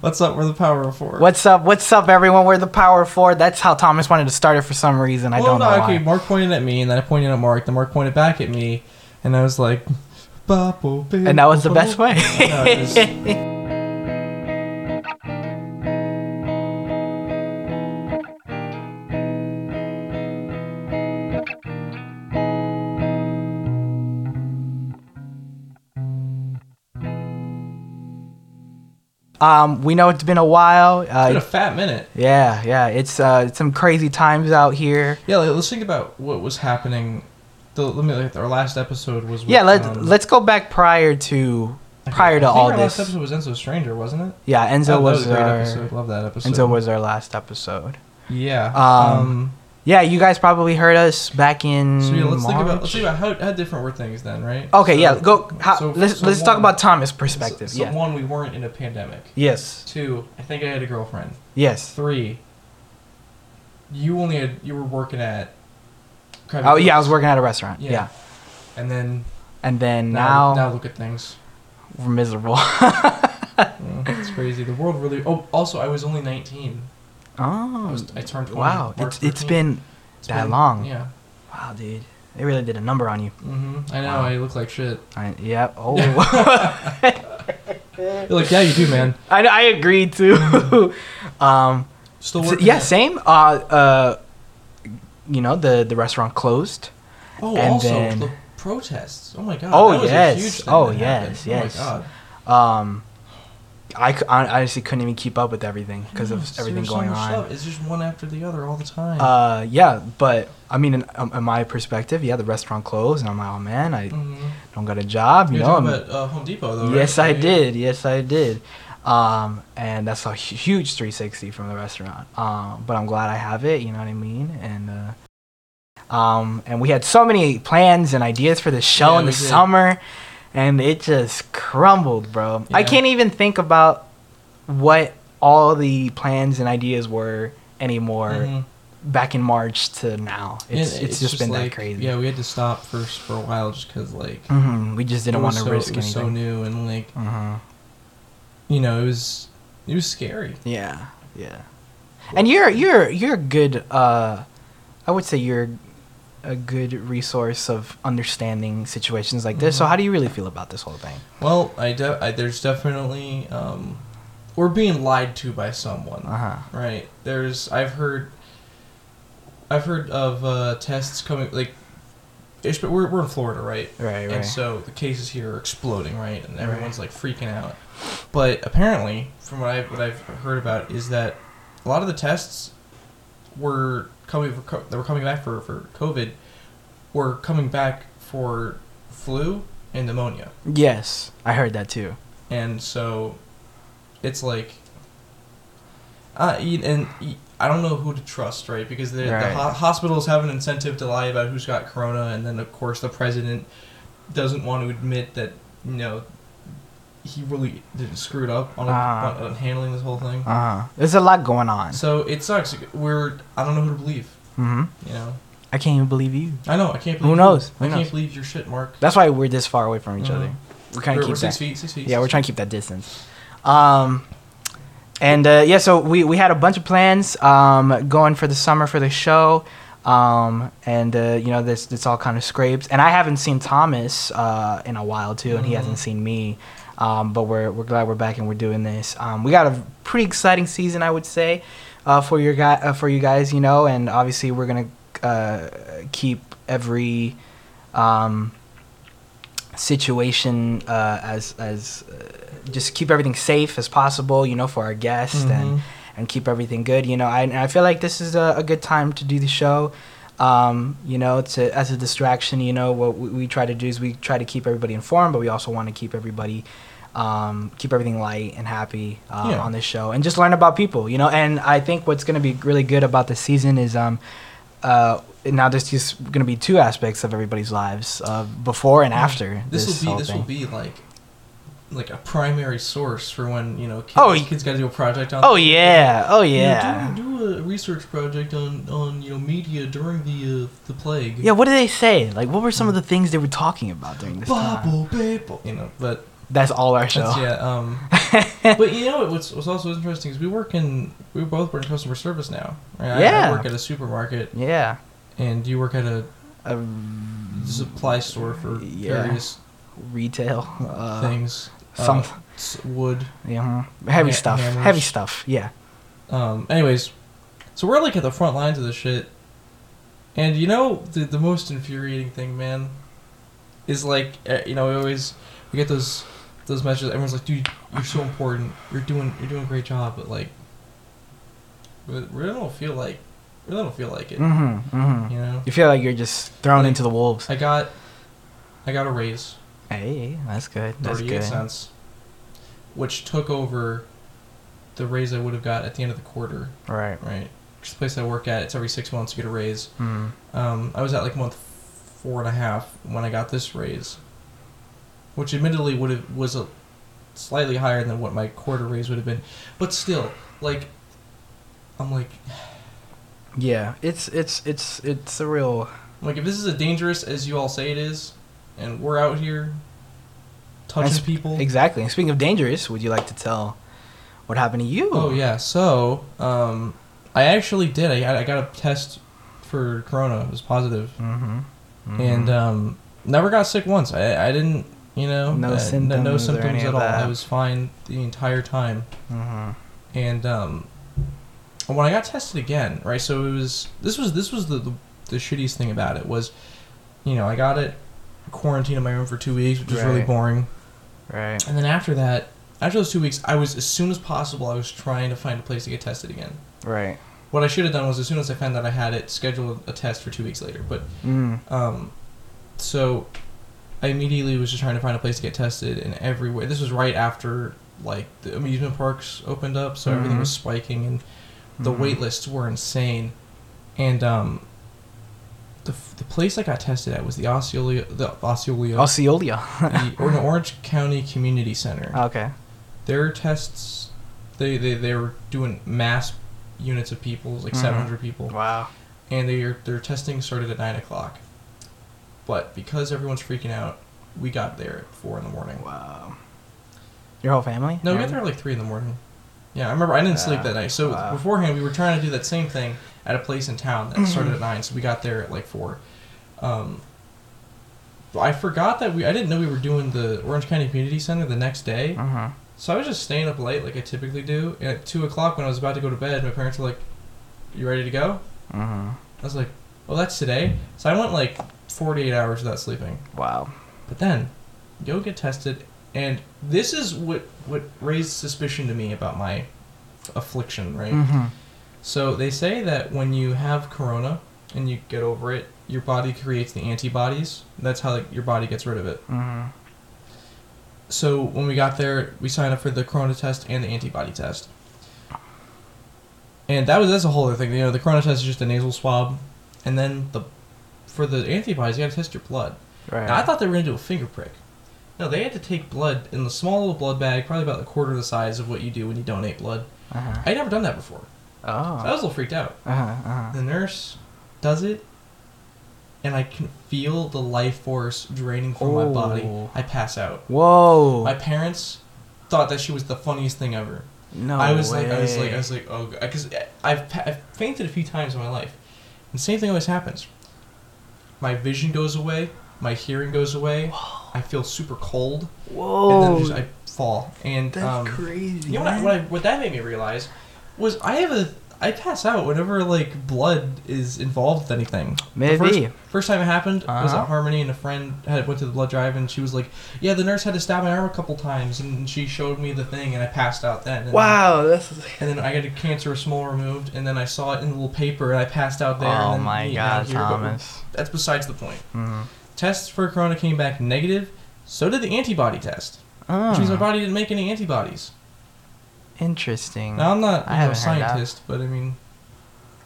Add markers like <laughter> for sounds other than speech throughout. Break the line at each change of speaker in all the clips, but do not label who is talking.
What's up? We're the Power of Four.
What's up? What's up, everyone? We're the Power Four. That's how Thomas wanted to start it for some reason. I
Well,
don't know
Oh, no, okay.
why.
Mark pointed at me, and then I pointed at Mark. Then Mark pointed back at me, and I was like,
And
and
that was the best
<laughs>
way.
No, it
<laughs>
was-
um, we know it's been a while.
It's been a
Uh,
fat minute.
yeah, yeah. It's uh, it's some crazy times out here.
Yeah, like, let's think about what was happening. The, let me. Like, our last episode was. With,
Yeah, let
um,
let's go back prior to
I
prior
think
to all
our last
this.
episode was Enzo Stranger, wasn't it?
Yeah,
Oh,
Enzo
that
was
a great
our
episode. Love that episode.
Enzo was our last episode.
Yeah.
Um,
um
Yeah, you guys probably heard us back in.
So yeah, let's
March.
think about let's think about how, how different were things then, right?
Okay,
So-
yeah, go. How,
so-
let's
so
let's talk
one-
about Thomas'
so-
perspective.
So,
yeah.
one, we weren't in a pandemic.
Yes.
Two, I think I had a girlfriend.
Yes.
Three, you only had you were working at. Krabby
Oh yeah, I
Joe's.
was working at a restaurant.
Yeah.
Yeah.
And then
And then
now
now,
now look at things.
we're miserable.
Mm, it's crazy. The world really. Oh, also, I was only 19. I,
<laughs> oh.
was, I turned 20.
Wow.
March
It's it's
13th.
been
It's
that long.
Yeah.
wow, dude. They really did a number on you.
hmm I know.
Wow.
I look like shit.
I, yeah. Oh. <laughs>
You're like, yeah, you do, man.
I I agree too. <laughs> um.
Still
s-
working.
yeah.
at-
Same. Uh. Uh. You know the the restaurant closed.
Oh,
And
also
then-
the protests. Oh my god.
Oh,
that was A
yes.
huge thing
Oh,
that happened.
yes, yes.
Oh my god.
Um. I, c- I honestly couldn't even keep up with everything because
Yeah,
of
there's
everything
so
going
much
on.
stuff. It's just one after the other all the time.
Uh, yeah, but I mean, in, um, in my perspective, yeah, the restaurant closed, and I'm like, oh man, I
Mhm.
don't got a job, you
You're
know.
talking
I'm-
about uh, Home Depot though.
yes,
right?
I
Yeah.
did. Yes, I did. Um, and that's a hu- huge 360 from the restaurant. Um, but I'm glad I have it. You know what I mean? And uh, um, and we had so many plans and ideas for the show
Yeah,
in
we
the
did.
summer, and it just crumbled, bro. I
Yeah.
can't even think about what all the plans and ideas were anymore
Mhm.
back in March to now.
And
It's it's, just, been
like,
that crazy.
Yeah, we had to stop first for a while just because like
hmm We just
it
didn't want
was
to
so,
risk
it was so
anything.
new and like
hmm
you know it was it was scary.
Yeah, yeah. And you're you're you're a good. Uh, I would say you're a good resource of understanding situations like this. So
Mhm.
how do you really feel about this whole thing?
Well, I, de- I there's definitely um, we're being lied to by someone.
Uh huh.
Right. There's I've heard I've heard of uh, tests coming like it's, but we're we're in Florida, right?
Right, right.
And so the cases here are exploding, right? And everyone's like freaking out. But apparently, from what I've what I've heard about is that a lot of the tests were coming for co- that were coming back for for COVID were coming back for flu and pneumonia.
yes, I heard that too.
And so it's like uh, y- and y- I don't know who to trust, right? Because the, the
Right.
ho- hospitals have an incentive to lie about who's got corona, and then of course the president doesn't want to admit that you know he really didn't screw it up on,
Ah.
on, on handling this whole thing.
Uh huh. There's a lot going on.
So it sucks. We're I don't know who to believe.
hmm
You know,
I can't even believe you.
I know I can't
Who
believe you.
knows? Who
I
knows?
can't believe your shit, Mark.
That's why we're this far away from each
Mhm.
other. Mm-hmm. We're trying
We're,
to
we're
keep that.
six feet, six feet.
yeah, we're
six
trying to keep that distance. Um, and uh, yeah, so we, we had a bunch of plans um, going for the summer for the show, um, and uh, you know this this all kind of scrapes. And I haven't seen Thomas uh, in a while too, and he
Mhm.
hasn't seen me. Um, but we're we're glad we're back and we're doing this. Um, we got a pretty exciting season, I would say, uh, for your guy uh, for you guys, you know. And obviously, we're gonna uh, keep every um, situation uh, as as uh, just keep everything safe as possible, you know, for our guests and
Mhm.
and keep everything good. You know, I and I feel like this is a, a good time to do the show. Um, you know, to as a distraction. You know, what we, we try to do is we try to keep everybody informed, but we also want to keep everybody. Um, keep everything light and happy uh,
Yeah.
on this show, and just learn about people, you know. And I think what's going to be really good about this season is um, uh, now there's just going to be two aspects of everybody's lives uh, before and after
Mm-hmm. this,
this,
will
whole
be this
thing.
will be like like a primary source for when you know kids,
Oh, y-
kids got to do a project on
oh yeah oh
You know,
yeah
do, do a research project on on you know media during the uh, the plague
yeah what did they say like what were some of the things they were talking about during this time
bobble babble you know but
That's all our show.
That's- yeah. Um,
<laughs>
but you know what- what's, what's also interesting is we work in we both work in customer service now. Right? I- I,
Yeah.
work at a supermarket,
yeah. Um,
and you work at a
A
supply store for
Yeah.
various
retail uh,
things. Uh,
Some
s- wood.
yeah, heavy
Ha-
stuff.
hammers.
Heavy stuff. Yeah.
Um, anyways, so we're like at the front lines of this shit, and you know the the most infuriating thing, man, is like eh, you know we always we get those those messages. Everyone's like, dude, you're so important. You're doing you're doing a great job, but like, but we really don't feel like we really don't feel like it.
Mhm. Mhm.
You know,
You feel like you're just thrown into the wolves.
I got I got a raise,
Hey, that's good. That's
thirty eight
good.
cents, which took over the raise I would have got at the end of the quarter.
Right.
Right, which the place I work at, it's every six months you get a raise.
Mm.
Um, I was at like month four and a half when I got this raise, which admittedly would have was a slightly higher than what my quarter raise would have been, but still, like, I'm like,
Yeah. It's it's it's it's a real.
I'm like if this is as dangerous as you all say it is, and we're out here touching
That's-
people.
Exactly. And speaking of dangerous, would you like to tell what happened to you?
Oh yeah, so um, I actually did. I got, I got a test for corona. It was positive.
Mm-hmm.
and um, never got sick once. I, I didn't, you know,
No
uh,
symptoms
no
or
symptoms
any
at
of
all.
that.
I was fine the entire time.
Mm-hmm.
And um, when I got tested again, right? So it was this was this was the the, the shittiest thing about it was, you know, I got it quarantined in my room for two weeks, which was really
Right.
boring.
right.
And then after that, after those two weeks, I was as soon as possible, I was trying to find a place to get tested again.
Right.
What I should have done was as soon as I found out I had it, schedule a test for two weeks later. But
Mm.
um, so I immediately was just trying to find a place to get tested, and everywhere. This was right after like the amusement parks opened up, so everything
Mhm.
was spiking, and the
Mhm.
wait lists were insane. And um, the f- the place I got tested at was the Osceola the
Oh,
Osceola
Osceola.
the, or an Orange County Community Center.
<laughs> okay.
Their tests, they, they they were doing mass units of people, like
Mhm.
700 people
Wow.
and their their testing started at nine o'clock. But because everyone's freaking out, we got there at four in the morning.
Wow. Your whole family?
No, we got
Everyone?
there at like three in the morning. Yeah, I remember I didn't sleep
Ah,
that night. So
wow.
beforehand, we were trying to do that same thing at a place in town that started at nine. So we got there at like four. Um, I forgot that we I didn't know we were doing the Orange County Community Center the next day.
Uh-huh.
So I was just staying up late like I typically do. And at two o'clock when I was about to go to bed, my parents were like, "You ready to go?"
Uh-huh.
I was like, well, that's today. So I went like 48 hours without sleeping.
Wow.
But then, go get tested, and this is what what raised suspicion to me about my affliction, right?
Mm-hmm.
So they say that when you have corona and you get over it, your body creates the antibodies. That's how like, your body gets rid of it.
Mm-hmm.
So when we got there, we signed up for the corona test and the antibody test. And that was that's a whole other thing. You know, the corona test is just a nasal swab, and then the for the antibodies, you got to test your blood.
Right.
Now, I thought they were going to do a finger prick. No, they had to take blood in the small little blood bag, probably about a quarter the size of what you do when you donate blood.
uh-huh.
I'd never done that before. So I
Oh.
was a little freaked out.
Uh-huh. Uh-huh.
The nurse does it, and I can feel the life force draining from my body.
Oh.
I pass out.
Whoa.
My parents thought that she was the funniest thing ever.
no
I was
way.
like, I was like, I was like, oh, because I've, pa- I've fainted a few times in my life, and same thing always happens. My vision goes away, my hearing goes away. I feel super cold,
Whoa.
and then just I
Oh,
fall. And um,
crazy.
you know what, I, what, I, what that made me realize was I have a I pass out whenever like blood is involved with anything. The
Maybe.
First, first time it happened, I was
Uh-huh.
at Harmony and a friend had went to the blood drive and she was like, "Yeah, the nurse had to stab my arm a couple times and she showed me the thing and I passed out then." And
wow. This is.
and then I got a cancerous mole removed and then I saw it in a little paper and I passed out there. and
Oh
then,
my
you know,
God,
here, but
Thomas.
That's besides the point.
Mm-hmm.
Tests for corona came back negative. So did the antibody test, which means my body didn't make any antibodies.
Oh, Interesting.
Now I'm not you
I
know, a
haven't heard that.
scientist, but I mean,
<laughs>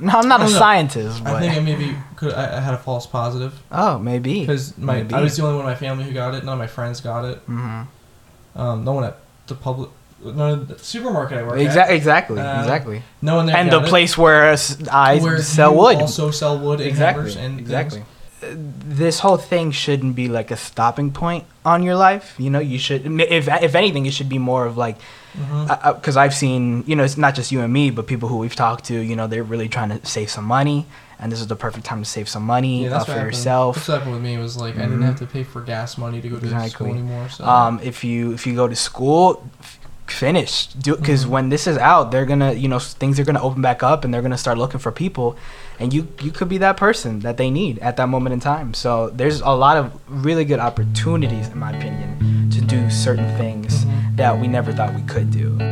no, I'm not
I
a
don't know.
scientist, but
I think I maybe could I, I had a false positive
oh, maybe.
because my
Maybe.
I was the only one in my family who got it. None of my friends got it.
Mm-hmm.
Um, no one at the public, none of the supermarket I work
Exa-
at.
exactly.
Uh,
exactly.
No one there.
And the
got it,
place where s- I
where
sell
you
wood.
Also sell wood and
exactly.
hammers and
exactly.
things.
this whole thing shouldn't be like a stopping point on your life. You know, you should, if, if anything, it should be more of like,
mm-hmm.
Uh, because I've seen, you know, it's not just you and me, but people who we've talked to, you know, they're really trying to save some money. And this is the perfect time to save some money
Yeah,
uh,
that's
for
what happened.
yourself.
That's what happened with me. Was like I didn't
Mhm.
have to pay for gas money to go to
Exactly.
school anymore. So
Um, if you if you go to school, f- finish. Do because
Mhm.
when this is out, they're gonna you know s- things are gonna open back up and they're gonna start looking for people, and you you could be that person that they need at that moment in time. So there's a lot of really good opportunities, in my opinion, to do certain things
Mhm.
that we never thought we could do.